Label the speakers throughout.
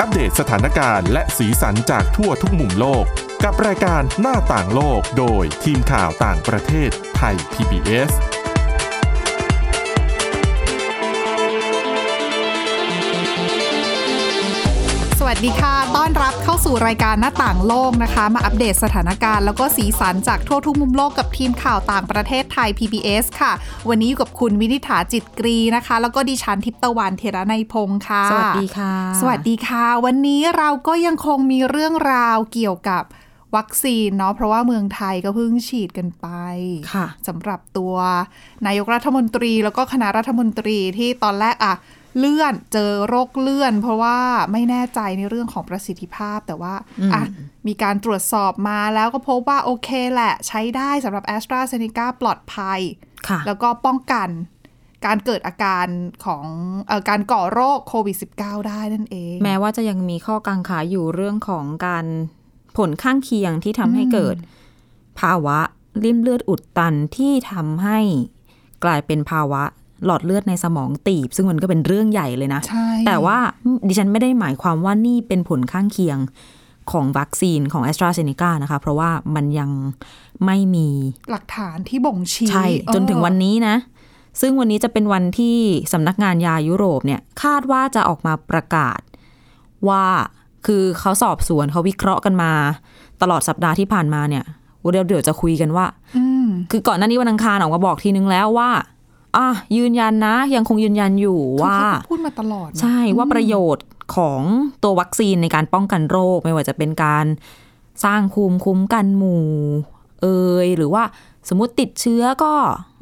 Speaker 1: อัปเดตสถานการณ์และสีสันจากทั่วทุกมุมโลก กับรายการหน้าต่างโลกโดยทีมข่าวต่างประเทศไทย PBS
Speaker 2: สวัสดีค่ะ ต้อนรับเข้าสู่รายการหน้าต่างโลกนะคะ มาอัปเดตสถานการณ์แล้วก็สีสันจากทั่วทุกมุมโลกกับทีมข่าวต่างประเทศไทย PBS ค่ะ วันนี้อยู่กับคุณวินิษฐาจิตกรีนะคะ แล้วก็ดิฉันทิพย์ตะวันเทระในยพงค์ค่ะ
Speaker 3: สวัสดีค่ะ
Speaker 2: สวัสดีค่ะ วันนี้เราก็ยังคงมีเรื่องราวเกี่ยวกับวัคซีนเนาะเพราะว่าเมืองไทยก็เพิ่งฉีดกันไป
Speaker 3: ค่ะ
Speaker 2: สำหรับตัวนายกรัฐมนตรีแล้วก็คณะรัฐมนตรีที่ตอนแรกอะเลื่อนเจอโรคเลื่อน เพราะว่าไม่แน่ใจในเรื่องของประสิทธิภาพแต่ว่าอ่ะมีการตรวจสอบมาแล้วก็พบว่าโอเคแหละ ใช้ได้สำหรับ a s t r a z เซ e c a ปลอดภัย
Speaker 3: ค่ะ
Speaker 2: แล้วก็ป้องกันการเกิดอาการของเออการก่อโรคโควิด -19 ได้นั่นเอง
Speaker 3: แม้ว่าจะยังมีข้อกังขาอยู่เรื่องของการผลข้างเคียงที่ทำให้เกิด ภาวะริ่มเลือดอุดตันที่ทำให้กลายเป็นภาวะหลอดเลือดในสมองตีบ ซึ่งมันก็เป็นเรื่องใหญ่เลยนะ
Speaker 2: ใช่
Speaker 3: แต่ว่าดิฉันไม่ได้หมายความว่านี่เป็นผลข้างเคียงของวัคซีนของ a s t r a z เซ e c a นะคะ เพราะว่ามันยังไม่มี
Speaker 2: หลักฐานที่บ่งชี้
Speaker 3: ใช่
Speaker 2: เออ
Speaker 3: จนถึงวันนี้นะ ซึ่งวันนี้จะเป็นวันที่สำนักงานยายุโรปเนี่ย คาดว่าจะออกมาประกาศ ว่าคือเขาสอบสวนเขาวิเคราะห์กันมา ตลอดสัปดาห์ที่ผ่านมาเนี่ยเดี๋ยวเดี๋ยวจะคุยกันว่า
Speaker 2: อืม
Speaker 3: คือก่อนหน้านี้วันอังคารออกมาบอกทีนึงแล้วว่าอ่ะยืนยันนะ ยังคงยืนยันอยู่ว่า
Speaker 2: คือเขพูดมาตลอดนะ
Speaker 3: ใช่ว่าประโยชน์ของตัววัคซีนในการป้องกันโรค ไม่ว่าจะเป็นการสร้างภูมิคุ้มกันหมู่ เอยหรือว่าสมมติติดเชื้อก็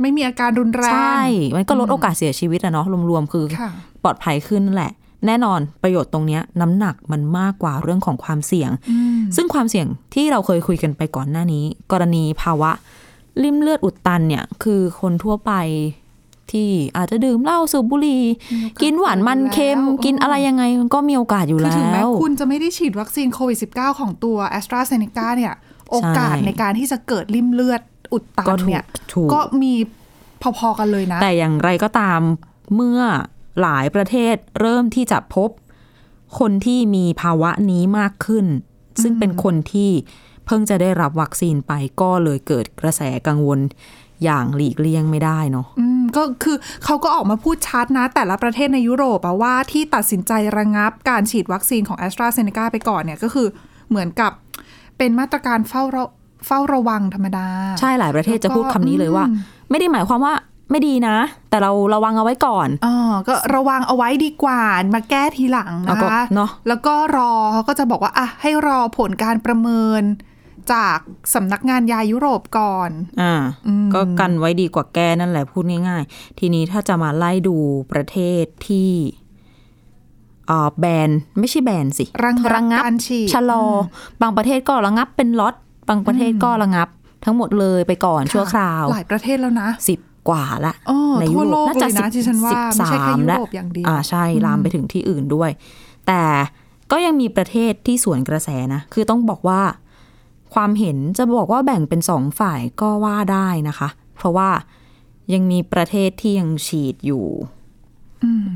Speaker 2: ไม่มีอาการรุนแรง
Speaker 3: ใช่ มันก็ลดโอกาสเสียชีวิตอะเนาะรวมๆคือ
Speaker 2: ค่ะ
Speaker 3: ปลอดภัยขึ้นแหละ แน่นอนประโยชน์ตรงเนี้ยน้ำหนักมันมากกว่าเรื่องของความเสี่ยง
Speaker 2: อืม
Speaker 3: ซึ่งความเสี่ยงที่เราเคยคุยกันไปก่อนหน้านี้ กรณีภาวะ ลิ่มเลือดอุดตันเนี่ยคือคนทั่วไปที่อาจจะดื่มเหล้าสูบบุหรี่กินหวานมันเค็ม กินอะไรยังไงมันก็มีโอกาสอยู่
Speaker 2: คือ
Speaker 3: แล้
Speaker 2: ถึงแม้
Speaker 3: ว
Speaker 2: คุณจะไม่ได้ฉีดวัคซีนโควิด -19 ของตัว a s t r a z เซ e c a เนี่ย โอกาส
Speaker 3: ใช่
Speaker 2: ในการที่จะเกิดริ่มเลือดอุดตัน
Speaker 3: ก็ถู
Speaker 2: เนี่
Speaker 3: ก
Speaker 2: ย
Speaker 3: ถูก
Speaker 2: ก็มีพอๆกันเลยนะ
Speaker 3: แต่อย่างไรก็ตามเมื่อหลายประเทศเริ่มที่จะพบคนที่มีภาวะนี้มากขึ้น ซึ่งเป็นคนที่เพิ่งจะได้รับวัคซีนไปก็เลยเกิดกระแสกังวลอย่างหลีกเลี่ยงไม่ได้เนาะ
Speaker 2: อืมก็คือเขาก็ออกมาพูดชัดนะ แต่ละประเทศในยุโรปอะว่าที่ตัดสินใจระงงับการฉีดวัคซีนของ a s t r a z เซ e c a ไปก่อนเนี่ยก็คือเหมือนกับเป็นมาตรการเฝ้าระเฝ้าระวังธรรมดา
Speaker 3: ใช่หลายประเทศจะพูดคำนี้เลยว่า
Speaker 2: อืม
Speaker 3: ไม่ได้หมายความว่าไม่ดีนะ แต่เราระวังเอาไว้ก่อน
Speaker 2: อ๋อก็ระวังเอาไว้ดีกว่า มาแก้ทีหลังนะ
Speaker 3: เอาก็
Speaker 2: คะ
Speaker 3: เนอะ
Speaker 2: แล้วก็รอเขาก็จะบอกว่าอ่ะให้รอผลการประเมินจากสำนักงานยายุโรปก่อน
Speaker 3: อ่า
Speaker 2: อืม
Speaker 3: ก็กันไว้ดีกว่าแกนั่นแหละพูดง่ายๆ ทีนี้ถ้าจะมาไล่ดูประเทศที่เอ่อแบนไม่ใช่แบนสิ
Speaker 2: ระง
Speaker 3: ระ
Speaker 2: งั
Speaker 3: งั
Speaker 2: บบ การฉีด
Speaker 3: ชะลออบางประเทศก็ระงับเป็นล็อตบางประเทศก็ระงับ ทั้งหมดเลยไปก่อนชั่วคราว
Speaker 2: หลายประเทศแล้วนะ
Speaker 3: สิบกว่าละ
Speaker 2: อ้อ
Speaker 3: ใน
Speaker 2: ทั่ว
Speaker 3: ยุโร
Speaker 2: โลก
Speaker 3: ปน่าจะ
Speaker 2: เลยนะ
Speaker 3: สิบ
Speaker 2: ที่ฉันว่า
Speaker 3: สิบ
Speaker 2: ไม่
Speaker 3: สา
Speaker 2: ใช่แค่
Speaker 3: ม
Speaker 2: ยุ
Speaker 3: ละ
Speaker 2: โรปอย่างเดียว
Speaker 3: อ่าใช่ลามไปถึงที่อื่นด้วย แต่ก็ยังมีประเทศที่สวนกระแสนะ คือต้องบอกว่า ความเห็นจะบอกว่าแบ่งเป็นสองฝ่ายก็ว่าได้นะคะ เพราะว่ายังมีประเทศที่ยังฉีดอยู่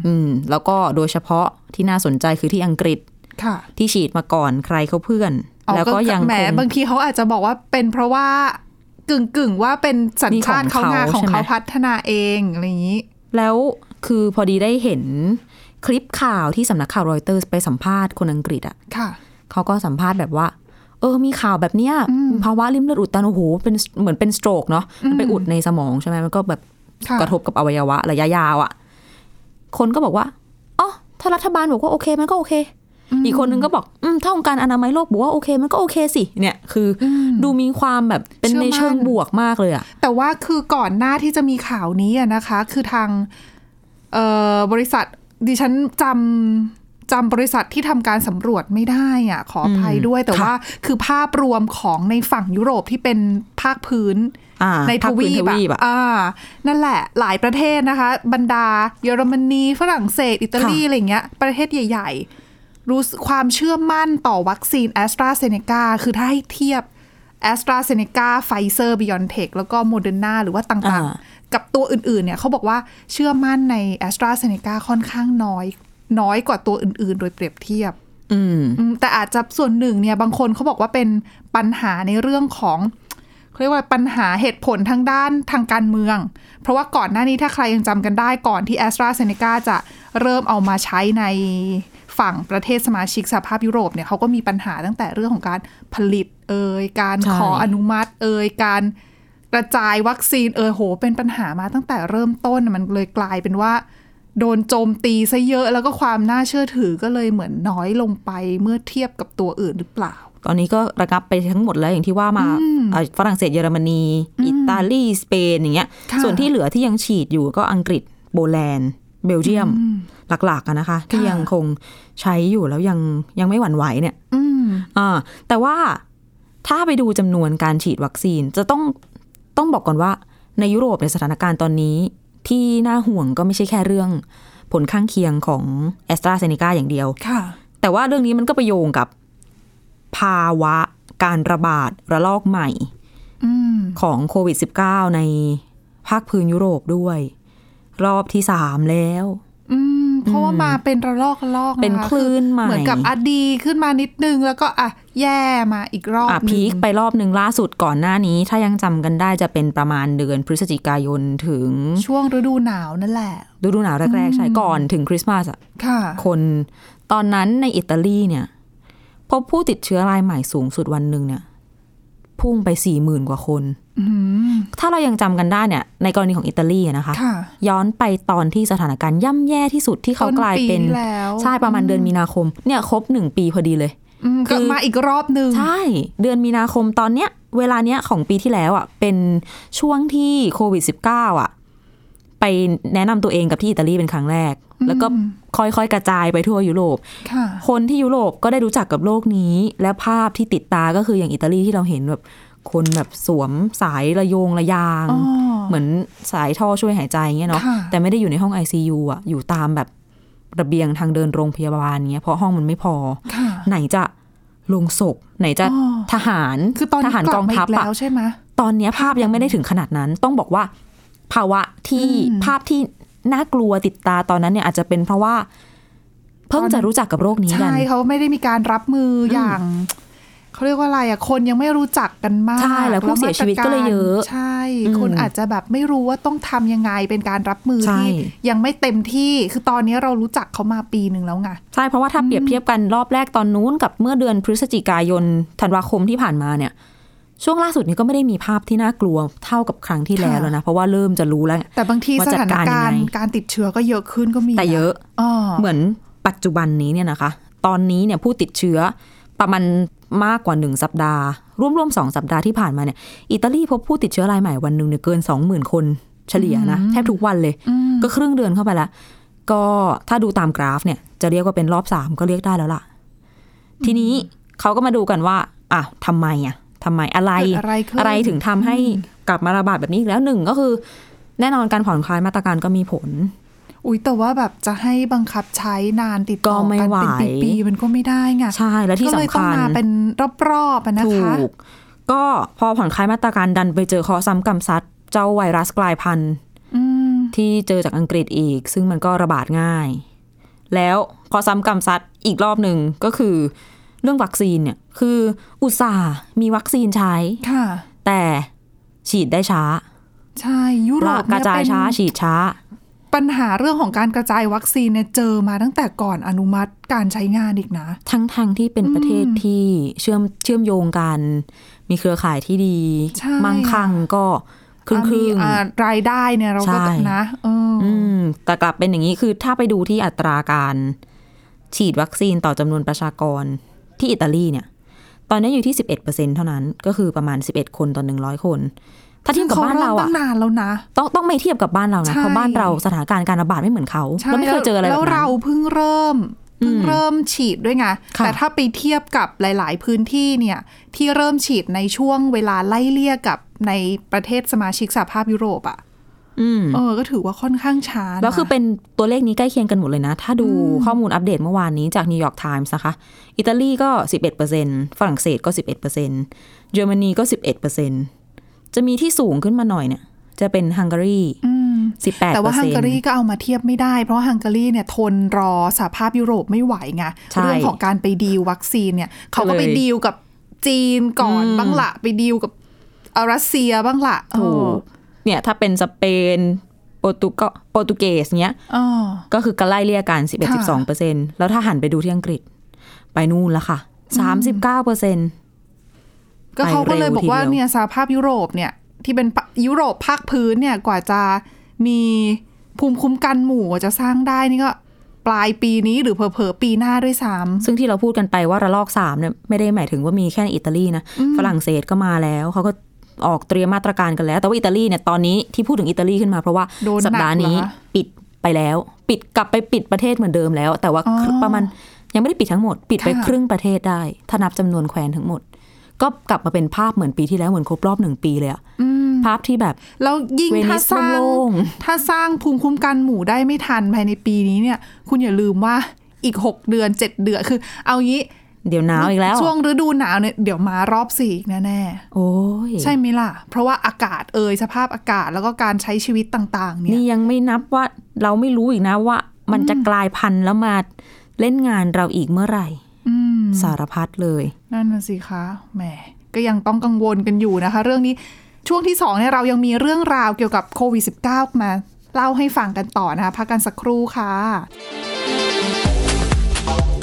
Speaker 3: อืม แล้วก็โดยเฉพาะที่น่าสนใจคือที่อังกฤษ
Speaker 2: ค่ะ
Speaker 3: ที่ฉีดมาก่อนใครเขาเพื่อน
Speaker 2: อ๋อ
Speaker 3: แล้วก็ยัง
Speaker 2: แหม
Speaker 3: คง
Speaker 2: บางทีเขาอาจจะบอกว่าเป็นเพราะว่ากึ่งกึ่งๆว่าเป็นสัญชาติ
Speaker 3: นี่
Speaker 2: เขา
Speaker 3: ของ
Speaker 2: งา
Speaker 3: เขา
Speaker 2: ของ
Speaker 3: ใช่ไหม
Speaker 2: เขาพัฒนาเองอะไรอย่างนี้
Speaker 3: แล้วคือพอดีได้เห็นคลิปข่าวที่สำนักข่าวรอยเตอร์ไปสัมภาษณ์คนอังกฤษอะ
Speaker 2: ค่ะ
Speaker 3: เขาก็สัมภาษณ์แบบว่า เออ มีข่าวแบบเนี้ยภาวะลิ่มเลือดอุดตัน โอ้โห เป็นเหมือนเป็นสโตรกเนาะ มันไปอุดในสมองใช่ไหม มันก็แบบ
Speaker 2: ค่ะ
Speaker 3: กระทบกับอวัยวะระยะยาวอะ่ะ คนก็บอกว่า อ๋อ ถ้ารัฐบาลบอกว่าโอเค มันก็โอเค อีกคนนึงก็บอก อืม ถ้าองค์การอนามัยโลกบอกว่าโอเค มันก็โอเคสิ เนี่ย คืออดูมีความแบบเป็น
Speaker 2: เชื่อมั่
Speaker 3: ใน
Speaker 2: น
Speaker 3: เชิงบวกมากเลยอะ่ะ
Speaker 2: แต่ว่าคือก่อนหน้าที่จะมีข่าวนี้อะนะคะ คือทางเอ่อบริษัทดิฉันจำจำบริษัทที่ทำการสำรวจไม่ได้อ่ะขออภัยด้วย แต่
Speaker 3: ค่ะ
Speaker 2: ว่าคือภาพรวมของในฝั่งยุโรปที่เป็นภาคพื้น
Speaker 3: อ่า
Speaker 2: ในท
Speaker 3: ภาค
Speaker 2: วี
Speaker 3: พื้
Speaker 2: ปอะ
Speaker 3: อะ
Speaker 2: อ่า นั่นแหละ หลายประเทศนะคะ บรรดา เยอรมนี ฝรั่งเศส อิตาลี
Speaker 3: ค่ะ
Speaker 2: อะไรเงี้ย ประเทศใหญ่ ๆ รู้สึกความเชื่อมั่นต่อวัคซีนแอสตราเซเนกาคือถ้าให้เทียบแอสตราเซเนกาไฟเซอร์บิยอนเทคแล้วก็โมเดอร์นาหรือว่าต่าง ๆ กับตัวอื่น ๆ เนี่ยเขาบอกว่าเชื่อมั่นในแอสตราเซเนกาค่อนข้างน้อย น้อยกว่าตัวอื่น ๆ โดยเปรียบเทียบ
Speaker 3: อืม
Speaker 2: อืมแต่อาจจะส่วนหนึ่งเนี่ยบางคนเขาบอกว่าเป็นปัญหาในเรื่องของเขาเรียกว่าปัญหาเหตุผลทางด้านทางการเมือง เพราะว่าก่อนหน้านี้ถ้าใครยังจำกันได้ก่อนที่แอสตราเซเนกาจะเริ่มเอามาใช้ในฝั่งประเทศสมาชิกสหภาพยุโรปเนี่ยเขาก็มีปัญหาตั้งแต่เรื่องของการผลิตเอ่ยการ
Speaker 3: ใช่
Speaker 2: ขออนุมัติเอ่ยการกระจายวัคซีนเอ่ยโห เป็นปัญหามาตั้งแต่เริ่มต้นมันเลยกลายเป็นว่า โดนโจมตีซะเยอะแล้วก็ความน่าเชื่อถือก็เลยเหมือนน้อยลงไปเมื่อเทียบกับตัวอื่นหรือเปล่า
Speaker 3: ตอนนี้ก็ระงับไปทั้งหมดแล้วอย่างที่ว่ามา
Speaker 2: อืม
Speaker 3: เอ่อฝรั่งเศสเยอรมนี อิตาลี สเปนอย่างเงี้ย
Speaker 2: ค่ะ
Speaker 3: ส่วนที่เหลือที่ยังฉีดอยู่ก็อังกฤษโปแลนด์เบลเยียม หลักๆอะนะคะ ที่ยังคงใช้อยู่แล้วยังยังไม่หวั่นไหวเนี่ย
Speaker 2: อืม
Speaker 3: อ่าแต่ว่าถ้าไปดูจำนวนการฉีดวัคซีนจะต้องต้องบอกก่อนว่า ในยุโรปในยสถานการณ์ตอนนี้ ที่น่าห่วงก็ไม่ใช่แค่เรื่องผลข้างเคียงของแอสตราเซเนกาอย่างเดียว
Speaker 2: ค่ะ
Speaker 3: แต่ว่าเรื่องนี้มันก็ไปโยงกับภาวะการระบาดระลอกใหม่
Speaker 2: อืม
Speaker 3: ของโควิด -19 ในภาคพื้นยุโรปด้วย รอบที่สามแล้ว
Speaker 2: อืม เพราะว่ามาเป็นระลอกระลอกะะ
Speaker 3: เป็นคลื่นใหม่
Speaker 2: เหมือนกับอะดีขึ้นมานิดนึงแล้วก็อ่ะแย่มาอีกรอบ
Speaker 3: อ่ะ
Speaker 2: ห
Speaker 3: พี
Speaker 2: นึ่ง
Speaker 3: คไปรอบหนึ่งล่าสุดก่อนหน้านี้ ถ้ายังจำกันได้จะเป็นประมาณเดือนพฤศจิกายนถึง
Speaker 2: ช่วงฤดูหนาวนั่นแหละ
Speaker 3: ฤดูหนาวแรกๆใช่ก่อนถึงคริสต์มาสอะ
Speaker 2: ค่ะ
Speaker 3: คนตอนนั้นในอิตาลีเนี่ย พบผู้ติดเชื้อรายใหม่สูงสุดวันหนึ่งเนี่ย พุ่งไปสี่หมื่นกว่าคน
Speaker 2: อืม
Speaker 3: ถ้าเรายังจำกันได้เนี่ย ในกรณีของอิตาลีอะนะคะ
Speaker 2: ค่ะ
Speaker 3: ย้อนไปตอนที่สถานการณ์ย่ำแย่ที่สุดที่เขากลายเป็น
Speaker 2: ต้ปีที่แล้ว
Speaker 3: ใช่ประมาณเดือนมีนาคมเนี่ยครบหนึ่งปีพอดีเลย
Speaker 2: อืม
Speaker 3: คื
Speaker 2: ก็
Speaker 3: อ
Speaker 2: มาอีกรอบหนึ่ง
Speaker 3: ใช่ เดือนมีนาคมตอนเนี้ย เวลาเนี้ยของปีที่แล้วอ่ะ เป็นช่วงที่โควิด -19 อ่ะ ไปแนะนำตัวเองกับที่อิตาลีเป็นครั้งแรก แล้วก็ค่อยๆ กระจายไปทั่วยุโรป
Speaker 2: ค่ะ
Speaker 3: คนที่ยุโรปก็ได้รู้จักกับโลกนี้ และภาพที่ติดตาก็คืออย่างอิตาลีที่เราเห็นแบบคนแบบสวมสายระโยงระยาง
Speaker 2: อ๋อ
Speaker 3: เหมือนสายท่อช่วยหายใจเงี้ยเนาะ
Speaker 2: ค่ะ
Speaker 3: แต่ไม่ได้อยู่ในห้อง ICU อ่ะอยู่ตามแบบระเบียงทางเดินโรงพยาบาลเงี้ยเพราะห้องมันไม่พอ
Speaker 2: ค่ะ
Speaker 3: ไหนจะลงศพไหนจะ
Speaker 2: อ๋อ
Speaker 3: ทหาร
Speaker 2: คือตอน
Speaker 3: ท
Speaker 2: นี้
Speaker 3: หาร
Speaker 2: ก
Speaker 3: ก
Speaker 2: ลั
Speaker 3: อบ ง
Speaker 2: มา
Speaker 3: ทั
Speaker 2: อี
Speaker 3: พ
Speaker 2: กแล้
Speaker 3: อะ
Speaker 2: วใช่ไหม
Speaker 3: ตอนเนี้ยภาพยังไม่ได้ถึงขนาดนั้น ต้องบอกว่า ภาวะที่ภาพที่น่ากลัวติดตาตอนนั้นเนี่ยอาจจะเป็นเพราะว่า เพิ่ง
Speaker 2: ตอนนั้
Speaker 3: จะ
Speaker 2: น
Speaker 3: รู้จักกับโรคนี้กัน
Speaker 2: ใช่เขาไม่ได้มีการรับมืออย่าง เขาเรียกว่าอะไรอ่ะคนยังไม่รู้จักกันมาก
Speaker 3: ใช่แล้วผู้เสียชีวิตก็เลยเยอะ
Speaker 2: ใช่
Speaker 3: อืม
Speaker 2: คนอาจจะแบบไม่รู้ว่าต้องทำยังไงเป็นการรับมือ
Speaker 3: ใช่
Speaker 2: ที่ยังไม่เต็มที่คือตอนนี้เรารู้จักเขามาปีหนึ่งแล้วไง
Speaker 3: ใช่เพราะว่าถ้าเปรียบเทียบกันรอบแรกตอนนู้นกับเมื่อเดือนพฤศจิกายนธันวาคมที่ผ่านมาเนี่ย ช่วงล่าสุดนี้ก็ไม่ได้มีภาพที่น่ากลัวเท่ากับครั้งที่แล้ว
Speaker 2: ค่ะ
Speaker 3: แล้วนะเพราะว่าเริ่มจะรู้แล้ว
Speaker 2: แต่บางทีสถาน
Speaker 3: ว่าจัดกา
Speaker 2: การร
Speaker 3: ยั
Speaker 2: ณ์
Speaker 3: งไง
Speaker 2: การติดเชื้อก็เยอะขึ้นก็มี
Speaker 3: แต่เยอะ
Speaker 2: อ๋อ
Speaker 3: เหมือนปัจจุบันนี้เนี่ยนะคะ ตอนนี้เนี่ยผู้ติดเชื้อประมาณมากกว่า 1 สัปดาห์ ร่วมๆสองสัปดาห์ที่ผ่านมาเนี่ยอิตาลีพบผู้ติดเชื้อรายใหม่วันหนึ่งเนี่ยเกิน 20,000 คนเฉลี่ยนะแทบทุกวันเลย ก็ครึ่งเดือนเข้าไปละก็ถ้าดูตามกราฟเนี่ยจะเรียกว่าเป็นรอบ 3 ก็เรียกได้แล้วล่ะ ทีนี้เขาก็มาดูกันว่าอ่ะทำไมอ่ะทำไมอะไร
Speaker 2: เกิดอะไรขึ้น
Speaker 3: อะไรถึงทำให้กลับมาระบาดแบบนี้อีกแล้วหนึ่งก็คือ แน่นอนการผ่อนคลายมาตรการก็มีผล
Speaker 2: อุ้ยแต่ว่าแบบจะให้บังคับใช้นานติดต่อ
Speaker 3: ก็ไม่
Speaker 2: กัน
Speaker 3: ไหว
Speaker 2: เป็นปีๆมันก็ไม่ได้ไง
Speaker 3: ใช่และที่
Speaker 2: ก็เลย
Speaker 3: สำ
Speaker 2: ต้อง
Speaker 3: คัญ
Speaker 2: มาเป็นรอบๆอะนะคะ
Speaker 3: ถูก ก็พอผ่อนคลายมาตรการดันไปเจอคอซ้ำกำซัด เจ้าไวรัสกลายพันธุ์
Speaker 2: อืม
Speaker 3: ที่เจอจากอังกฤษอีก ซึ่งมันก็ระบาดง่าย แล้วคอซ้ำกำซัดอีกรอบหนึ่งก็คือ เรื่องวัคซีนเนี่ย คืออุตส่าห์มีวัคซีนใช้
Speaker 2: ค่ะ
Speaker 3: แต่ฉีดได้ช้า
Speaker 2: ใช่ยุโร
Speaker 3: และ
Speaker 2: ป
Speaker 3: ก
Speaker 2: เนี่
Speaker 3: ระ
Speaker 2: ย
Speaker 3: จาย
Speaker 2: เป็น
Speaker 3: ช้าฉีดช้า
Speaker 2: ปัญหาเรื่องของการกระจายวัคซีนเนี่ยเจอมาตั้งแต่ก่อนอนุมัติการใช้งานอีกนะ
Speaker 3: ทั้งทางที่เป็นประเทศที่เชื่อมเชื่อมโยงกัน มีเครือข่ายที่ดี
Speaker 2: ใช่
Speaker 3: มั่งคั่งก็ครึ่งครึ่ง
Speaker 2: อ่ะมีอ่ารายได้เนี่ยเราก็
Speaker 3: ใช่
Speaker 2: นะเอออ
Speaker 3: อืมแต่กลับเป็นอย่างนี้คือถ้าไปดูที่อัตราการฉีดวัคซีนต่อจำนวนประชากรที่อิตาลีเนี่ย ตอนนี้อยู่ที่ 11%เท่านั้นก็คือประมาณ 11 คนต่อ100 คน ถ้าเทียบกับบ้านเรา
Speaker 2: ซึ่งข
Speaker 3: อะ
Speaker 2: ตั้งนานแล้วนะ
Speaker 3: ต้องต้องไม่เทียบกับบ้านเรานะ
Speaker 2: ใช่
Speaker 3: เพราะบ้านเราสถานการณ์การระบาดไม่เหมือนเขา
Speaker 2: ใช่
Speaker 3: เราไม่เคยเจออะไรแบ
Speaker 2: แล้ว
Speaker 3: บนั้
Speaker 2: เรา
Speaker 3: น
Speaker 2: เพิ่งเริ่มเพิ่งเริ่มฉีดด้วยไง
Speaker 3: ค่ะ
Speaker 2: แต่ถ้าไปเทียบกับหลาย ๆ พื้นที่เนี่ยที่เริ่มฉีดในช่วงเวลาไล่เลี่ยกับในประเทศสมาชิกสหภาพยุโรปอะ
Speaker 3: อืม
Speaker 2: เออก็ถือว่าค่อนข้างช้านะ
Speaker 3: แล้วคือเป็นตัวเลขนี้ใกล้เคียงกันหมดเลยนะ ถ้าดูข้อมูลอัปเดตเมื่อวานนี้จากนิวยอร์กไทมส์นะคะ อิตาลีก็ 11%ฝรั่งเศสก็ 11%เยอรมนีก็ 11%จะมีที่สูงขึ้นมาหน่อยเนี่ยจะเป็นฮังการี
Speaker 2: อืม
Speaker 3: สิบแปด
Speaker 2: แต่
Speaker 3: เปอ
Speaker 2: ว่า
Speaker 3: ร์
Speaker 2: ฮัง
Speaker 3: เซ็น
Speaker 2: การี
Speaker 3: ต์
Speaker 2: ก็เอามาเทียบไม่ได้ เพราะฮังการีเนี่ยทนรอสหภาพยุโรปไม่ไหวไง
Speaker 3: ใช่
Speaker 2: เรื่องของการไปดีลวัคซีนเนี่ยเขาก็ไป
Speaker 3: เลย
Speaker 2: ดีลกับจีนก่อน
Speaker 3: อืม
Speaker 2: บ้างละไปดีลกับเอารัสเซียบ้างละเอ
Speaker 3: ถู
Speaker 2: อก
Speaker 3: เนี่ยถ้าเป็นสเปนโปรตุเกสโปรตุเกสเนี้ย
Speaker 2: อ๋อ
Speaker 3: ก็คือก็ไล่เลี่ยกัน 11
Speaker 2: ค่ะ
Speaker 3: 12เปอร์เซ็นต์แล้วถ้าหันไปดูที่อังกฤษ ไปนู่นละค่ะ 39เปอร์เซ็นต์
Speaker 2: ก็เขาก็เลยบอกว่า
Speaker 3: ไปเร็วทีเดียว
Speaker 2: เนี่ยสหภาพยุโรปเนี่ยที่เป็นยุโรปภาคพื้นเนี่ยกว่าจะมีภูมิคุ้มกันหมู่กว่าจะสร้างได้นี่ก็ปลายปีนี้หรือเผลอๆปีหน้าด้วยซ้ำ
Speaker 3: ซึ่งที่เราพูดกันไปว่าระลอกสามเนี่ยไม่ได้หมายถึงว่ามีแค่ในอิตาลีนะ ฝรั่งเศสก็มาแล้ว เขาก็ออกเตรียมมาตรการกันแล้ว แต่ว่าอิตาลีเนี่ยตอนนี้ที่พูดถึงอิตาลีขึ้นมาเพราะว่า
Speaker 2: โดนหนัก
Speaker 3: สัปดาห์นี้
Speaker 2: เหรอคะ
Speaker 3: ปิดไปแล้ว ปิดกลับไปปิดประเทศเหมือนเดิมแล้ว แต่ว่า
Speaker 2: อ๋อ
Speaker 3: ประมาณยังไม่ได้ปิดทั้งหมด ปิดไป
Speaker 2: ค่ะ
Speaker 3: ครึ่งประเทศได้ ถ้านับจำนวนแคว้นทั้งหมด ก็กลับมาเป็นภาพเหมือนปีที่แล้วเหมือนครบรอบหนึ่งปีเลยอะภาพที่แบบ
Speaker 2: แล้วยิ่ง
Speaker 3: เวนิส
Speaker 2: ถ้าสร้าง
Speaker 3: โล่ง
Speaker 2: ถ้าสร้างภูมิคุ้มกันหมู่ได้ไม่ทันภายในปีนี้เนี่ย คุณอย่าลืมว่าอีก 6 เดือน 7 เดือนคือ เอางี้
Speaker 3: เดี๋ยวหนาวอีกแล้ว
Speaker 2: ช่วงฤดูหนาวเนี่ยเดี๋ยวมารอบสี่อีกแน่
Speaker 3: โอ้ย
Speaker 2: ๆใช่ไหมล่ะ เพราะว่าอากาศเอ่ยสภาพอากาศแล้วก็การใช้ชีวิตต่าง ๆ เนี่ย
Speaker 3: นี่ยังไม่นับว่าเราไม่รู้อีกนะว่า มันจะกลายพันธุ์แล้วมาเล่นงานเราอีกเมื่อไหร่
Speaker 2: อืม
Speaker 3: สารพัดเลย
Speaker 2: นั่นน่ะสิคะ แหม ก็ยังต้องกังวลกันอยู่นะคะ เรื่องนี้ ช่วงที่สองเนี่ยเรายังมีเรื่องราวเกี่ยวกับโควิด -19 มาเล่าให้ฟังกันต่อนะคะพักกันสักครู่ค่ะ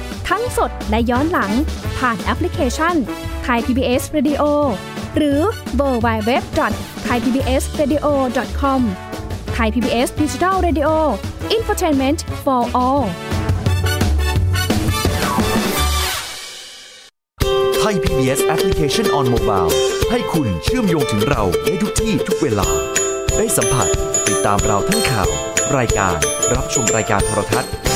Speaker 4: ๆ ทั้งสดและย้อนหลัง ผ่านแอปพลิเคชันไทย PBS Radio หรือเวอร์บายเว็บไทยพีบีเอสเรดิโอคอมไทยพีบีเอสดิจิทัลเรดิโออินฟอร์ทนเมนต์ for all
Speaker 5: ไทย PBS Application on Mobile ให้คุณเชื่อมโยงถึงเราได้ทุกที่ทุกเวลา ได้สัมผัสติดตามเราทั้งข่าว รายการรับชมรายการโทรทัศน์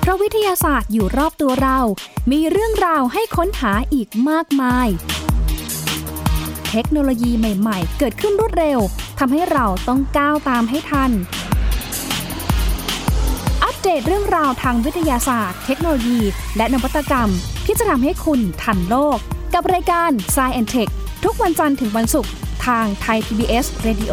Speaker 4: เพราะวิทยาศาสตร์อยู่รอบตัวเรา มีเรื่องราวให้ค้นหาอีกมากมาย เทคโนโลยีใหม่ๆ เกิดขึ้นรวดเร็ว ทำให้เราต้องก้าวตามให้ทัน อัปเดตเรื่องราวทางวิทยาศาสตร์ เทคโนโลยี และนวัตกรรม ที่จะทำให้คุณทันโลก กับรายการ s c i e n t e c h ทุกวันจันทร์ถึงวันศุกร์ทางไทย PBS Radio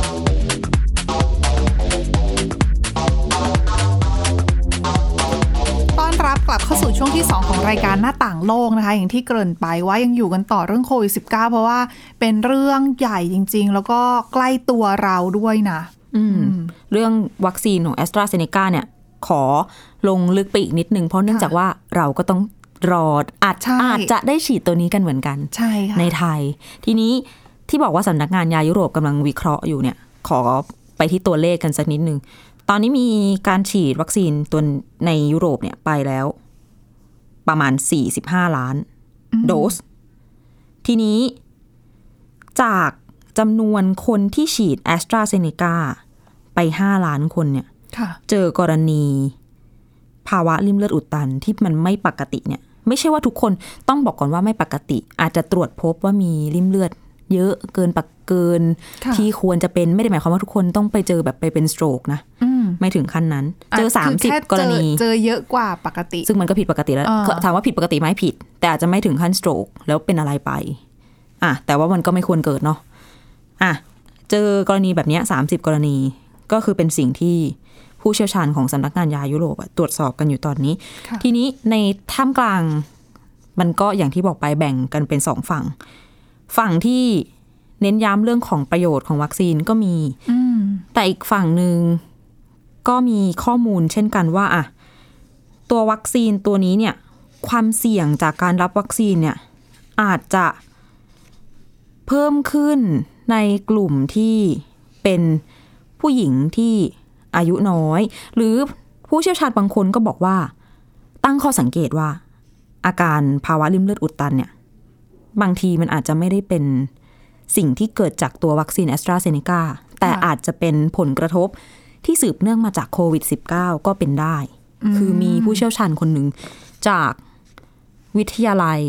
Speaker 2: ต้อนรับกลับเข้าสู่ช่วงที่ 2 ของรายการหน้าต่างโลกนะคะ อย่างที่เกริ่นไปว่ายังอยู่กันต่อเรื่องโควิด -19 เพราะว่าเป็นเรื่องใหญ่จริง ๆ แล้วก็ใกล้ตัวเราด้วยนะ
Speaker 3: อืมเรื่องวัคซีนของแอสตราเซเนกาเนี่ย ขอลงลึกไปอีกนิดนึง เพราะเนื่องจากว่าเราก็ต้องรออาจ
Speaker 2: ใช่
Speaker 3: อาจจะได้ฉีดตัวนี้กันเหมือนกัน
Speaker 2: ใช่ค่ะ
Speaker 3: ในไทย ทีนี้ที่บอกว่าสำนักงานยายุโรปกำลังวิเคราะห์อยู่เนี่ย ขอไปที่ตัวเลขกันสักนิดนึง ตอนนี้มีการฉีดวัคซีนตัวในยุโรปเนี่ยไปแล้ว ประมาณ 45 ล้าน โดส ทีนี้จากจำนวนคนที่ฉีดแอสตราเซเนกาไป 5 ล้านคนเนี่ย
Speaker 2: ค่ะ
Speaker 3: เจอกรณี ภ ภาวะริ่มเลือดอุดตันที่มันไม่ปกติเนี่ย ไม่ใช่ว่าทุกคนต้องบอกก่อนว่าไม่ปกติ อาจจะตรวจพบว่ามีริ่มเลือด เยอะเกินปกเกิน
Speaker 2: ค่ะ
Speaker 3: ที่ควรจะเป็นไม่ได้หมายความว่าทุกคนต้องไปเจอแบบไปเป็นสโตรกนะ
Speaker 2: อืม
Speaker 3: ไม่ถึงขั้นนั้น เจอ
Speaker 2: ะคืแค่
Speaker 3: 30 กรณี
Speaker 2: เจอเจอเยอะกว่าปกติ
Speaker 3: ซึ่งมันก็ผิดปกติแล้ว
Speaker 2: อ่า
Speaker 3: ถามว่าผิดปกติไหมผิด แต่อาจจะไม่ถึงขั้นสโตรกแล้วเป็นอะไรไป อ่ะแต่ว่ามันก็ไม่ควรเกิดเนาะอ่ะเจอกรณีแบบเนี้ย30 กรณีก็คือเป็นสิ่งที่ผู้เชี่ยวชาญของสำนักงานยายุโรปอะตรวจสอบกันอยู่ตอนนี้
Speaker 2: ค่ะ
Speaker 3: ทีนี้ในท่ามกลางมันก็อย่างที่บอกไปแบ่งกันเป็นสองฝั่ง ฝั่งที่เน้นย้ำเรื่องของประโยชน์ของวัคซีนก็มี
Speaker 2: อืม
Speaker 3: แต่อีกฝั่งหนึ่งก็มีข้อมูลเช่นกันว่าอะตัววัคซีนตัวนี้เนี่ยความเสี่ยงจากการรับวัคซีนเนี่ยอาจจะเพิ่มขึ้นในกลุ่มที่เป็นผู้หญิงที่อายุน้อย หรือผู้เชี่ยวชาญบางคนก็บอกว่า ตั้งข้อสังเกตว่า อาการภาวะริมเลือดอุดตันเนี่ยบางทีมันอาจจะไม่ได้เป็น สิ่งที่เกิดจากตัววัคซีนแอสตราเซเนกาแต่อาจจะเป็นผลกระทบที่สืบเนื่องมาจากโควิด -19 ก็เป็นได้ คือมีผู้เชี่ยวชาญคนหนึ่งจากวิทยาลัย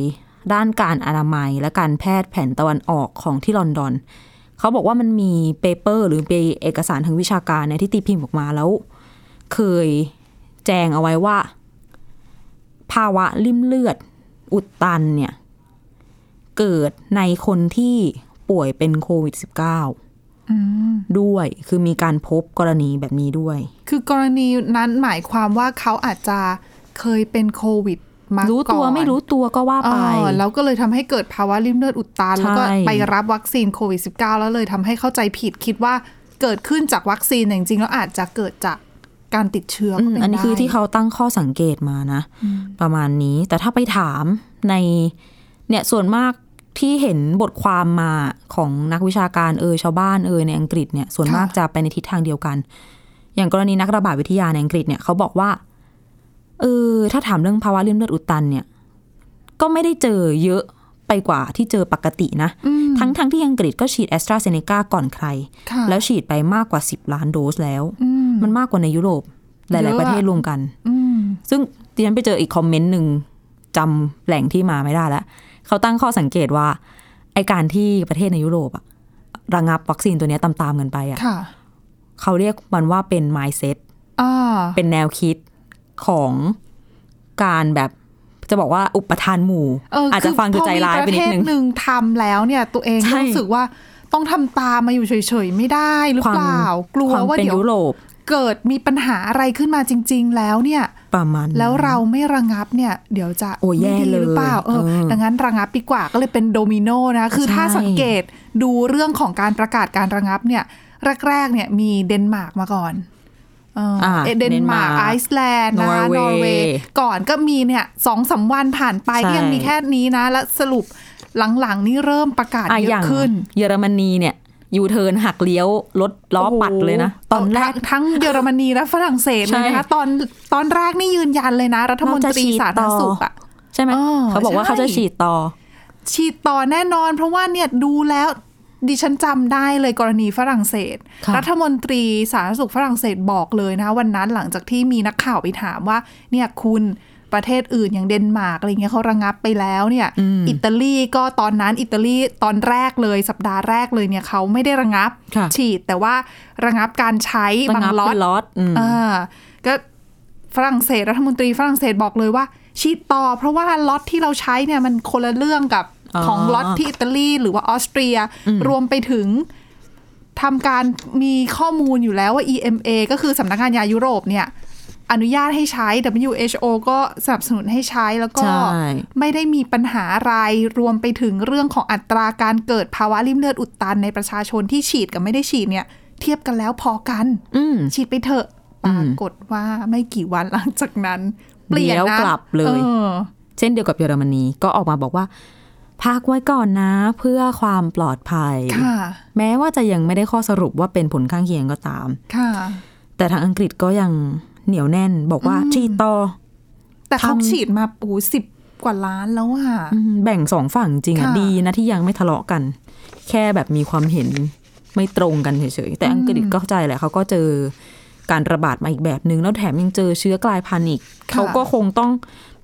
Speaker 3: ด้านการอนามัย และการแพทย์แผนตะวันออกของที่ลอนดอน เขาบอกว่ามันมีเปเปอร์ หรือเป็นเอกสารทางวิชาการเนี่ยที่ตีพิมพ์ออกมาแล้ว เคยแจงเอาไว้ว่า ภาวะลิ่มเลือดอุดตันเนี่ย เกิดในคนที่ป่วยเป็นโควิด -19
Speaker 2: อืม
Speaker 3: ด้วย คือมีการพบกรณีแบบนี้ด้วย
Speaker 2: คือกรณีนั้นหมายความว่าเขาอาจจะเคยเป็นโควิด มา
Speaker 3: รู้
Speaker 2: รู้
Speaker 3: ตัวไม่รู้ตัวก็ว่าไป
Speaker 2: แล้วก็เลยทำให้เกิดภาวะริ่มเลือดอุดตัน
Speaker 3: ใช่
Speaker 2: แล้วก็ไปรับวัคซีนโควิด -19 แล้วเลยทำให้เข้าใจผิดคิดว่าเกิดขึ้นจากวัคซีนแต่จริงๆแล้วอาจจะเกิดจากการติดเชื้อ
Speaker 3: อื
Speaker 2: ก็
Speaker 3: ม
Speaker 2: เป็น
Speaker 3: อันนี้
Speaker 2: ได้
Speaker 3: คือที่เขาตั้งข้อสังเกตมานะ ประมาณนี้ แต่ถ้าไปถามในเนี่ยส่วนมากที่เห็นบทความมาของนักวิชาการเอยชาวบ้านเอยในอังกฤษเนี่ย ส่วนมาก
Speaker 2: ค่ะ
Speaker 3: จะไปในทิศทางเดียวกัน อย่างกรณีนักระบาดวิทยาในอังกฤษเนี่ยเขาบอกว่าเออถ้าถามเรื่องภาวะริ่มเลือดอุดตันเนี่ย ก็ไม่ได้เจอเยอะไปกว่าที่เจอปกตินะ ทั้งทั้งที่อังกฤษก็ฉีดแอสตราเซเนกาก่อนใคร
Speaker 2: ค่ะ
Speaker 3: แล้วฉีดไปมากกว่า 10 ล้านโดสแล้ว
Speaker 2: อืม
Speaker 3: มันมากกว่าในยุโรป ห
Speaker 2: เย
Speaker 3: ลาย
Speaker 2: อะ
Speaker 3: ๆ ประเทศ
Speaker 2: อะ
Speaker 3: รวมกัน
Speaker 2: อืม
Speaker 3: ซึ่งดิฉันไปเจออีกคอมเมนต์หนึ่งจำแหล่งที่มาไม่ได้แล้ว เขาตั้งข้อสังเกตว่า ไอการที่ประเทศในยุโรปอะระงับวัคซีนตัวเนี้ยตาม ๆ กันไปอะ
Speaker 2: ค่ะ
Speaker 3: เขาเรียกมันว่าเป็น mindset
Speaker 2: อ่า
Speaker 3: เป็นแนวคิดของการแบบจะบอกว่าอุปทานหมู่
Speaker 2: เคื
Speaker 3: อาจจะฟังดูใจร้ายไปนิดนึง
Speaker 2: พอมีประเทศหนึ่งทำแล้วเนี่ย ตัวเอง
Speaker 3: ใช่
Speaker 2: ก็รู้สึกว่าต้องทำตามมาอยู่เฉยๆ ไม่ได้หรือเปล่า กลัว
Speaker 3: ความ
Speaker 2: ว่า
Speaker 3: เป็น
Speaker 2: เดี๋ยว
Speaker 3: ยุโรป
Speaker 2: เกิดมีปัญหาอะไรขึ้นมาจริง ๆ แล้วเนี่ย
Speaker 3: ประมาณนั้น
Speaker 2: แล้วเราไม่ระงับเนี่ย เดี๋ยวจะ
Speaker 3: โอ้ยแย่
Speaker 2: ไม่ดีหรือเปล่า
Speaker 3: เลย
Speaker 2: เออ
Speaker 3: เออ
Speaker 2: ดังนั้นระงับดีกว่าก็เลยเป็นโดมิโนนะคือ
Speaker 3: ใช่
Speaker 2: ถ้าสังเกตดูเรื่องของการประกาศการระงับเนี่ยแรกๆเนี่ยมีเดนมาร์กมาก่อนเอออา เอ่อเดนมาร์ก
Speaker 3: เดนมาร์ก
Speaker 2: ไอซ์แลนด์นะคะน
Speaker 3: นอ
Speaker 2: อ
Speaker 3: ร์
Speaker 2: ร์
Speaker 3: เว
Speaker 2: เว
Speaker 3: ย์
Speaker 2: ย์ก่อนก็มีเนี่ยสองสามวันผ่านไป
Speaker 3: ใช่
Speaker 2: ก็ยังมีแค่นี้นะ และสรุปหลังๆนี่เริ่มประกาศ
Speaker 3: อ่ะ
Speaker 2: เย
Speaker 3: อย่า
Speaker 2: อะ
Speaker 3: ง
Speaker 2: ขึ้น
Speaker 3: เยอรมนีเนี่ยยูเทิร์นหักเลี้ยวรถล้อปัดเลยนะ
Speaker 2: โโห
Speaker 3: ตอนแรก
Speaker 2: ทั้งทั้งเยอรมนีและฝรั่งเศสเลยนะคะ
Speaker 3: ใช่
Speaker 2: ตอนตอนแรกนี่ยืนยันเลยนะ รัฐมนตรีสาธารณสุขอะ
Speaker 3: ใช่ไหม
Speaker 2: อ๋อ
Speaker 3: เขาบอกว่า
Speaker 2: ใช่
Speaker 3: เขาจะฉีดต่อ
Speaker 2: ฉีดต่อแน่นอน เพราะว่าเนี่ยดูแล้วดิฉันจำได้เลยกรณีฝรั่งเศส
Speaker 3: ค่ะ
Speaker 2: รัฐมนตรีสาธารณสุขฝรั่งเศสบอกเลยนะคะวันนั้นหลังจากที่มีนักข่าวไปถามว่า เนี่ยคุณประเทศอื่นอย่างเดนมาร์กอะไรเงี้ยเขาระงับไปแล้วเนี่ย อิตาลีก็ตอนนั้นอิตาลีตอนแรกเลยสัปดาห์แรกเลยเนี่ยเขาไม่ได้ระงับ
Speaker 3: ค่ะ
Speaker 2: ฉีดแต่ว่าระงับการใช้
Speaker 3: ระ
Speaker 2: บาง
Speaker 3: งับ
Speaker 2: ล็อ
Speaker 3: เป็
Speaker 2: ต
Speaker 3: นล็อตอืม
Speaker 2: อ่าก็ฝรั่งเศสรัฐมนตรีฝรั่งเศสบอกเลยว่าฉีดต่อ เพราะว่าล็อตที่เราใช้เนี่ยมันคนละเรื่องกับ
Speaker 3: อ๋อ
Speaker 2: ของล็อตที่อิตาลีหรือว่าออสเตรีย รวมไปถึงทำการมีข้อมูลอยู่แล้วว่า EMA ก็คือสำนักงานยายุโรปเนี่ย อนุญาตให้ใช้ WHO ก็สนับสนุนให้ใช้แล้วก็
Speaker 3: ใช่
Speaker 2: ไม่ได้มีปัญหาอะไรรวมไปถึงเรื่องของอัตราการเกิดภาวะริ่มเลือดอุดตันในประชาชนที่ฉีดกับไม่ได้ฉีดเนี่ย เทียบกันแล้วพอกัน
Speaker 3: อืม
Speaker 2: ฉีดไปเถอะปรากฏว่าไม่กี่วันหลังจากนั้น เปลี่ยน
Speaker 3: เดี๋ยว
Speaker 2: นะ
Speaker 3: กลับเลย
Speaker 2: ออ
Speaker 3: เช่นเดียวกับเยอรมนีก็ออกมาบอกว่า พักไว้ก่อนนะเพื่อความปลอดภัย
Speaker 2: ค่ะ
Speaker 3: แม้ว่าจะยังไม่ได้ข้อสรุปว่าเป็นผลข้างเคียงก็ตาม
Speaker 2: ค่ะ
Speaker 3: แต่ทางอังกฤษก็ยังเหนียวแน่นบอกว่าฉีดต่อ
Speaker 2: แต่เขา
Speaker 3: ทำ
Speaker 2: ฉีดมาปูสิบกว่าล้านแล้วอะ
Speaker 3: อืมแบ่งสองฝั่งจริงอะ
Speaker 2: ค่ะ
Speaker 3: ดีนะที่ยังไม่ทะเลาะกัน แค่แบบมีความเห็นไม่ตรงกันเฉยๆแต่อังกฤษก็เข้าใจแหละเขาก็เจอ การระบาดมาอีกแบบหนึง่งแล้วแถมยังเจอเชื้อกลายพันธุ์อีกเขาก็คงต้อง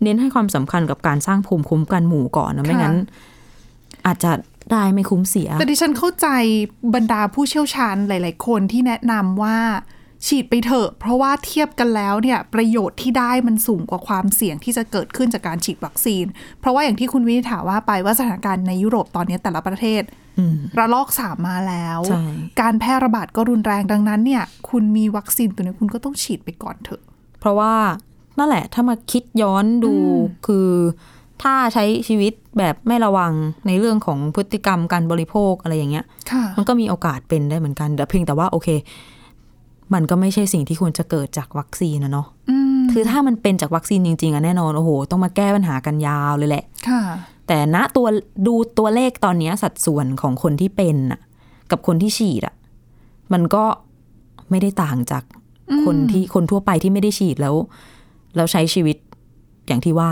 Speaker 3: เน้นให้ความสำคัญกับการสร้างภูมิคุ้มกันหมู่ก่อนนะไม่
Speaker 2: ค่ะ
Speaker 3: งั้น อาจจะได้ไม่คุ้มเสีย
Speaker 2: แต่ดิฉันเข้าใจบรรดาผู้เชี่ยวชาญหลาย ๆ คนที่แนะนำว่า ฉีดไปเถอะ เพราะว่าเทียบกันแล้วเนี่ยประโยชน์ที่ได้มันสูงกว่าความเสี่ยงที่จะเกิดขึ้นจากการฉีดวัคซีน เพราะว่าอย่างที่คุณวินิถาว่าไปว่าสถานการณ์ในยุโรปตอนนี้แต่ละประเทศระลอกสามมาแล้ว
Speaker 3: ใช่
Speaker 2: การแพร่ระบาดก็รุนแรงดังนั้นเนี่ย คุณมีวัคซีนตัวนี้คุณก็ต้องฉีดไปก่อนเถอะ
Speaker 3: เพราะว่านั่นแหละถ้ามาคิดย้อนดูคือ ถ้าใช้ชีวิตแบบไม่ระวังในเรื่องของพฤติกรรมการบริโภคอะไรอย่างเงี้ย
Speaker 2: ค่ะ
Speaker 3: มันก็มีโอกาสเป็นได้เหมือนกันแต่เพียงแต่ว่าโอเค มันก็ไม่ใช่สิ่งที่ควรจะเกิดจากวัคซีนนะเนาะคือถ้ามันเป็นจากวัคซีนจริงๆอะแน่นอนโอ้โห ต้องมาแก้ปัญหากันยาวเลยแหละ
Speaker 2: ค่ะ
Speaker 3: แต่ณตัวดูตัวเลขตอนเนี้ยสัดส่วนของคนที่เป็นน่ะ กับคนที่ฉีดอ่ะ มันก็ไม่ได้ต่างจากคนที่คนทั่วไปที่ไม่ได้ฉีดแล้ว แล้วใช้ชีวิตอย่างที่ว่า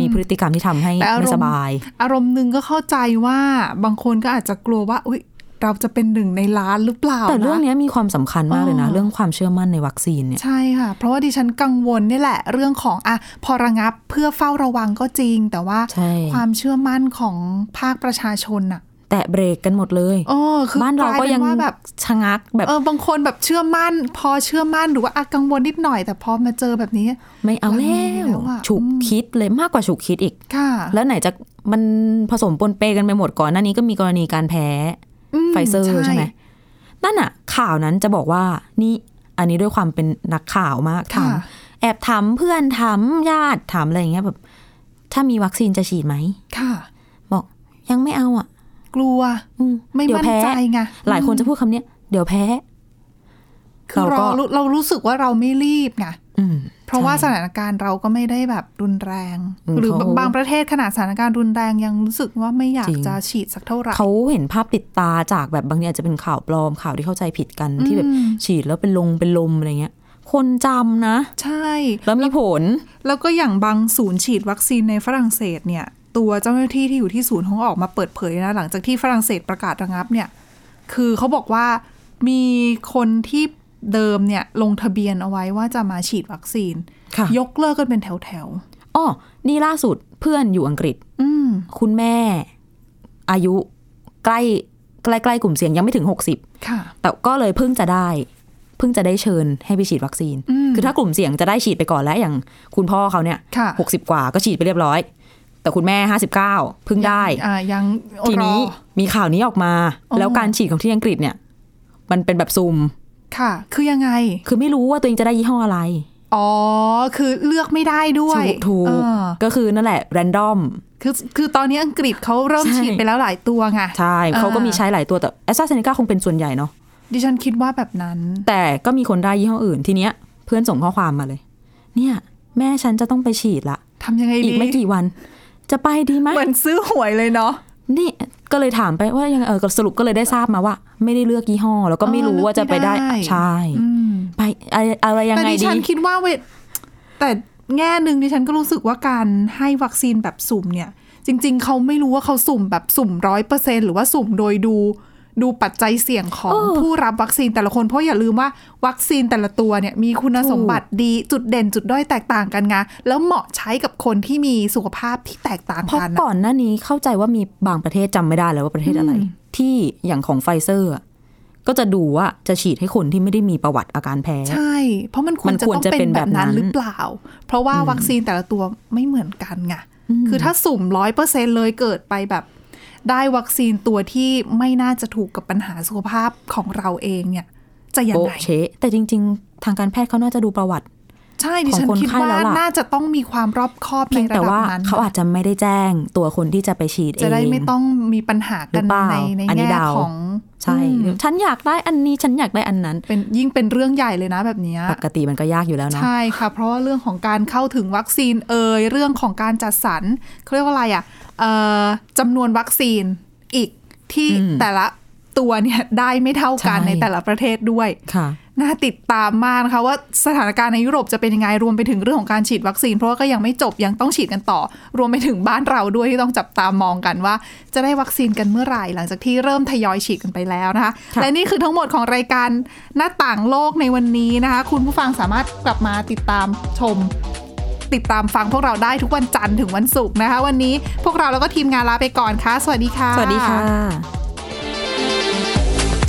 Speaker 3: มีพฤติกรรมที่ทำให้
Speaker 2: แต่อารม
Speaker 3: ไม่
Speaker 2: ณ์
Speaker 3: สบาย
Speaker 2: อารมณ์หนึ่งก็เข้าใจว่าบางคนก็อาจจะกลัวว่าอุ๊ยเราจะเป็นหนึ่งในล้านหรือเปล่า
Speaker 3: แต่เรื่อง
Speaker 2: นะ
Speaker 3: เนี้ยมีความสำคัญมากเลยนะ
Speaker 2: อ๋อ
Speaker 3: เรื่องความเชื่อมั่นในวัคซีนเนี่ย
Speaker 2: ใช่ค่ะ เพราะว่าดิฉันกังวลนี่แหละ เรื่องของอะพอระงับเพื่อเฝ้าระวังก็จริง แต่ว่า
Speaker 3: ใช่
Speaker 2: ความเชื่อมั่นของภาคประชาชนน่ะ
Speaker 3: แตะเบรกกันหมดเลย
Speaker 2: โอ้คือ
Speaker 3: บ้านเราก็ยัง
Speaker 2: ลป็นว่าแบบ
Speaker 3: ชะงักแบบ
Speaker 2: เออบางคนแบบเชื่อมั่น พอเชื่อมั่นหรือว่าอะกังวลนิดหน่อย แต่พอมาเจอแบบนี้
Speaker 3: ไม่เอาแล้
Speaker 2: ลังเลแล้ว วอะ
Speaker 3: ฉุกคิดเลยมากกว่าฉุกคิดอีก
Speaker 2: ค่ะ
Speaker 3: แล้วไหนจะมันผสมปนเปกันไปหมดก่อนหน้านี้ก็มีกรณีการแพ้
Speaker 2: อืม
Speaker 3: ไฟเซอร์
Speaker 2: ใช่
Speaker 3: ใช่ไหมนั่นอะข่าวนั้นจะบอกว่านี่อันนี้ด้วยความเป็นนักข่าวมากถาม
Speaker 2: ค่ะ
Speaker 3: แอบถามเพื่อนถามญาติถามอะไรอย่างเงี้ยแบบ ถ้ามีวัคซีนจะฉีดไหม
Speaker 2: ค่ะ
Speaker 3: บอกยังไม่เอาอ่ะ
Speaker 2: กลัว
Speaker 3: อืม
Speaker 2: ไม่
Speaker 3: เดี๋ยว
Speaker 2: มั่น
Speaker 3: แพ้
Speaker 2: ใจไง
Speaker 3: หลายคนจะพูดคำเนี้ยเดี๋ยวแพ้
Speaker 2: คือ
Speaker 3: เรา
Speaker 2: เรา
Speaker 3: ก็
Speaker 2: รู้เรารู้สึกว่าเราไม่รีบไง
Speaker 3: อืม
Speaker 2: เพราะว่าสถานการณ์เราก็ไม่ได้แบบรุนแรง
Speaker 3: อืม
Speaker 2: หรือ
Speaker 3: เขา
Speaker 2: บางประเทศขนาดสถานการณ์รุนแรงยังรู้สึกว่าไม่อยา
Speaker 3: จ
Speaker 2: ก
Speaker 3: ริง
Speaker 2: จะฉีดสักเท่าไหร่
Speaker 3: เขาเห็นภาพติดตาจากแบบบางทีอาจจะเป็นข่าวปลอมข่าวที่เข้าใจผิดกันที่แบบ
Speaker 2: อืม
Speaker 3: ฉีดแล้วเป็นลงเป็นลมอะไรเงี้ย คนจำนะ
Speaker 2: ใช่
Speaker 3: แล้วมีผล
Speaker 2: แล้วก็อย่างบางศูนย์ฉีดวัคซีนในฝรั่งเศสเนี่ย ตัวเจ้าหน้าที่ที่อยู่ที่ศูนย์เขาออกมาเปิดเผยนะหลังจากที่ฝรั่งเศสประกาศระงับเนี่ย คือเขาบอกว่ามีคนที่เดิมเนี่ยลงทะเบียนเอาไว้ว่าจะมาฉีดวัคซีน
Speaker 3: ค่ะ
Speaker 2: ยกเลิกกันเป็นแถวแถว
Speaker 3: อ้อนี่ล่าสุดเพื่อนอยู่อังกฤษ
Speaker 2: ๆอืม
Speaker 3: คุณแม่ อายุใกล้ใกล้ใกล้กลุ่มเสี่ยงยังไม่ถึง 60
Speaker 2: ค่ะ
Speaker 3: แต่ก็เลยเพิ่งจะได้ เพิ่งจะได้เชิญให้ไปฉีดวัคซีน
Speaker 2: อืม
Speaker 3: คือถ้ากลุ่มเสี่ยงจะได้ฉีดไปก่อนแล้วอย่างคุณพ่อเขาเนี่ย
Speaker 2: ค่ะ
Speaker 3: หกสิบกว่าก็ฉีดไปเรียบร้อย แต่คุณแม่ห้าสิบเก้าเพิ่งได้
Speaker 2: อ่ายัง
Speaker 3: ทีนี้
Speaker 2: รอ
Speaker 3: มีข่าวนี้ออกมา
Speaker 2: อ๋อ
Speaker 3: แล้วการฉีดของที่อังกฤษเนี่ย มันเป็นแบบซุ่ม
Speaker 2: ค่ะ คือยังไง
Speaker 3: คือไม่รู้ว่าตัวเองจะได้ยี่ห้ออะไร
Speaker 2: อ๋อ คือเลือกไม่ได้ด้วย
Speaker 3: ถูกถูก
Speaker 2: เออ
Speaker 3: ก็คือนั่นแหละ แรนดอม
Speaker 2: คือคือตอนนี้อังกฤษเขาเริ่ม
Speaker 3: ใช่
Speaker 2: ฉีดไปแล้วหลายตัวไง
Speaker 3: ใช่
Speaker 2: อ่า
Speaker 3: เขาก็มีใช้หลายตัวแต่แอสตราเซเนกาคงเป็นส่วนใหญ่เนาะ
Speaker 2: ดิฉันคิดว่าแบบนั้น
Speaker 3: แต่ก็มีคนได้ยี่ห้ออื่นทีเนี้ย เพื่อนส่งข้อความมาเลย เนี่ย แม่ฉันจะต้องไปฉีดละ
Speaker 2: ทำยังไง
Speaker 3: อี
Speaker 2: ดี
Speaker 3: กไม่กี่วัน จะไปดีไหม
Speaker 2: เหมือนซื้อหวยเลยเนาะ
Speaker 3: นี่ก็เลยถามไปว่ายังไงเออก็สรุปก็เลยได้ทราบมาว่า ไม่ได้เลือกยี่ห้อ แล้วก็ไม่
Speaker 2: อ๋อ
Speaker 3: รู้ว่าจะไปได้
Speaker 2: เลือกไม่ได้
Speaker 3: ใช่
Speaker 2: อืม
Speaker 3: ไปอะไรอะไรยัง
Speaker 2: แต่
Speaker 3: ไง
Speaker 2: ดิ
Speaker 3: ดี
Speaker 2: ฉันคิดว่าเวแต่แง่หนึ่งดิฉันก็รู้สึกว่าการให้วัคซีนแบบสุ่มเนี่ย จริง ๆ เขาไม่รู้ว่าเขาสุ่มแบบสุ่มร้อยเปอร์เซ็นหรือว่าสุ่มโดยดู ดูปัจจัยเสี่ยงของ
Speaker 3: เออ
Speaker 2: ผู้รับวัคซีนแต่ละคนเพราะอย่าลืมว่าวัคซีนแต่ละตัวเนี่ยมีคุณสมบัติดีจุดเด่นจุดด้อยแตกต่างกันไงแล้วเหมาะใช้กับคนที่มีสุขภาพที่แตกต่าง
Speaker 3: เพราะ
Speaker 2: กัน
Speaker 3: ก่อนหน้านี้เข้าใจว่ามีบางประเทศจำไม่ได้แล้วว่าประเทศอะไร ที่อย่างของไฟเซอร์อะก็จะดูว่าจะฉีดให้คนที่ไม่ได้มีประวัติอาการแพ้
Speaker 2: ใช่ เพราะมันคว
Speaker 3: มั
Speaker 2: ร
Speaker 3: น
Speaker 2: จะ
Speaker 3: ควร
Speaker 2: ต้อง
Speaker 3: จะเป็
Speaker 2: เป็น
Speaker 3: น
Speaker 2: แบ
Speaker 3: แบบ บนั้
Speaker 2: นั้น
Speaker 3: น
Speaker 2: หรือเปล่า เพราะว่าวัคซีนแต่ละตัวไม่เหมือนกันไงคือถ้าสุ่มร้อยเปอร์เซ็นเลยเกิดไปแบบ ได้วัคซีนตัวที่ไม่น่าจะถูกกับปัญหาสุขภาพของเราเองเนี่ย จะยัง
Speaker 3: โปะ
Speaker 2: ไง
Speaker 3: เชะแต่จริง ๆ ทางการแพทย์เขาน่าจะดูประวัติ
Speaker 2: ใช่ดิฉัน
Speaker 3: ของคน
Speaker 2: คิด
Speaker 3: ไข้
Speaker 2: ว่า
Speaker 3: แล้วล่ะ
Speaker 2: น่าจะต้องมีความรอบคอบใน
Speaker 3: เพียง
Speaker 2: ระ
Speaker 3: แต่
Speaker 2: ดับ
Speaker 3: ว่า
Speaker 2: นั้น
Speaker 3: เขาอาจจะไม่ได้แจ้งตัวคนที่จะไปฉีดเอง
Speaker 2: จะได้ไม่ต้องมีปัญหา
Speaker 3: หรื
Speaker 2: กัน
Speaker 3: อเปล่า
Speaker 2: ในใน
Speaker 3: อันนี้
Speaker 2: แง่
Speaker 3: เดา
Speaker 2: ของ
Speaker 3: ใช่ฉันอยากได้อันนี้ฉันอยากได้อันนั้น
Speaker 2: เป็นยิ่งเป็นเรื่องใหญ่เลยนะแบบเนี้ย
Speaker 3: ปกติมันก็ยากอยู่แล้วเนาะ
Speaker 2: ใช่ค่ะ เพราะว่าเรื่องของการเข้าถึงวัคซีนเอ่ยเรื่องของการจัดสรรเขาเรียกว่าอะไรอ่ะเอ่อจำนวนวัคซีน อีกที่แต่ละตัวเนี่ยได้ไม่เท่ากันในแต่ละประเทศด้วย
Speaker 3: ค่ะ
Speaker 2: น่าติดตามมากนะคะว่าสถานการณ์ในยุโรปจะเป็นยังไงรวมไปถึงเรื่องของการฉีดวัคซีน เพราะว่าก็ยังไม่จบยังต้องฉีดกันต่อ รวมไปถึงบ้านเราด้วยที่ต้องจับตามองกันว่า จะได้วัคซีนกันเมื่อไหร่หลังจากที่เริ่มทยอยฉีดกันไปแล้วนะคะ
Speaker 3: ค่ะ
Speaker 2: และนี่คือทั้งหมดของรายการหน้าต่างโลกในวันนี้นะคะ คุณผู้ฟังสามารถกลับมาติดตามชม ติดตามฟังพวกเราได้ทุกวันจันทร์ถึงวันศุกร์นะคะ วันนี้พวกเราแล้วก็ทีมงานลาไปก่อนค่ะ สวัสดีค่ะ
Speaker 3: สวัสดีค่ะ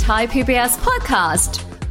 Speaker 6: Thai PBS podcast.